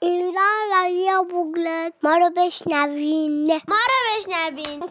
ایران رادیو بوگلت ما رو بشنوین ما رو بشنوین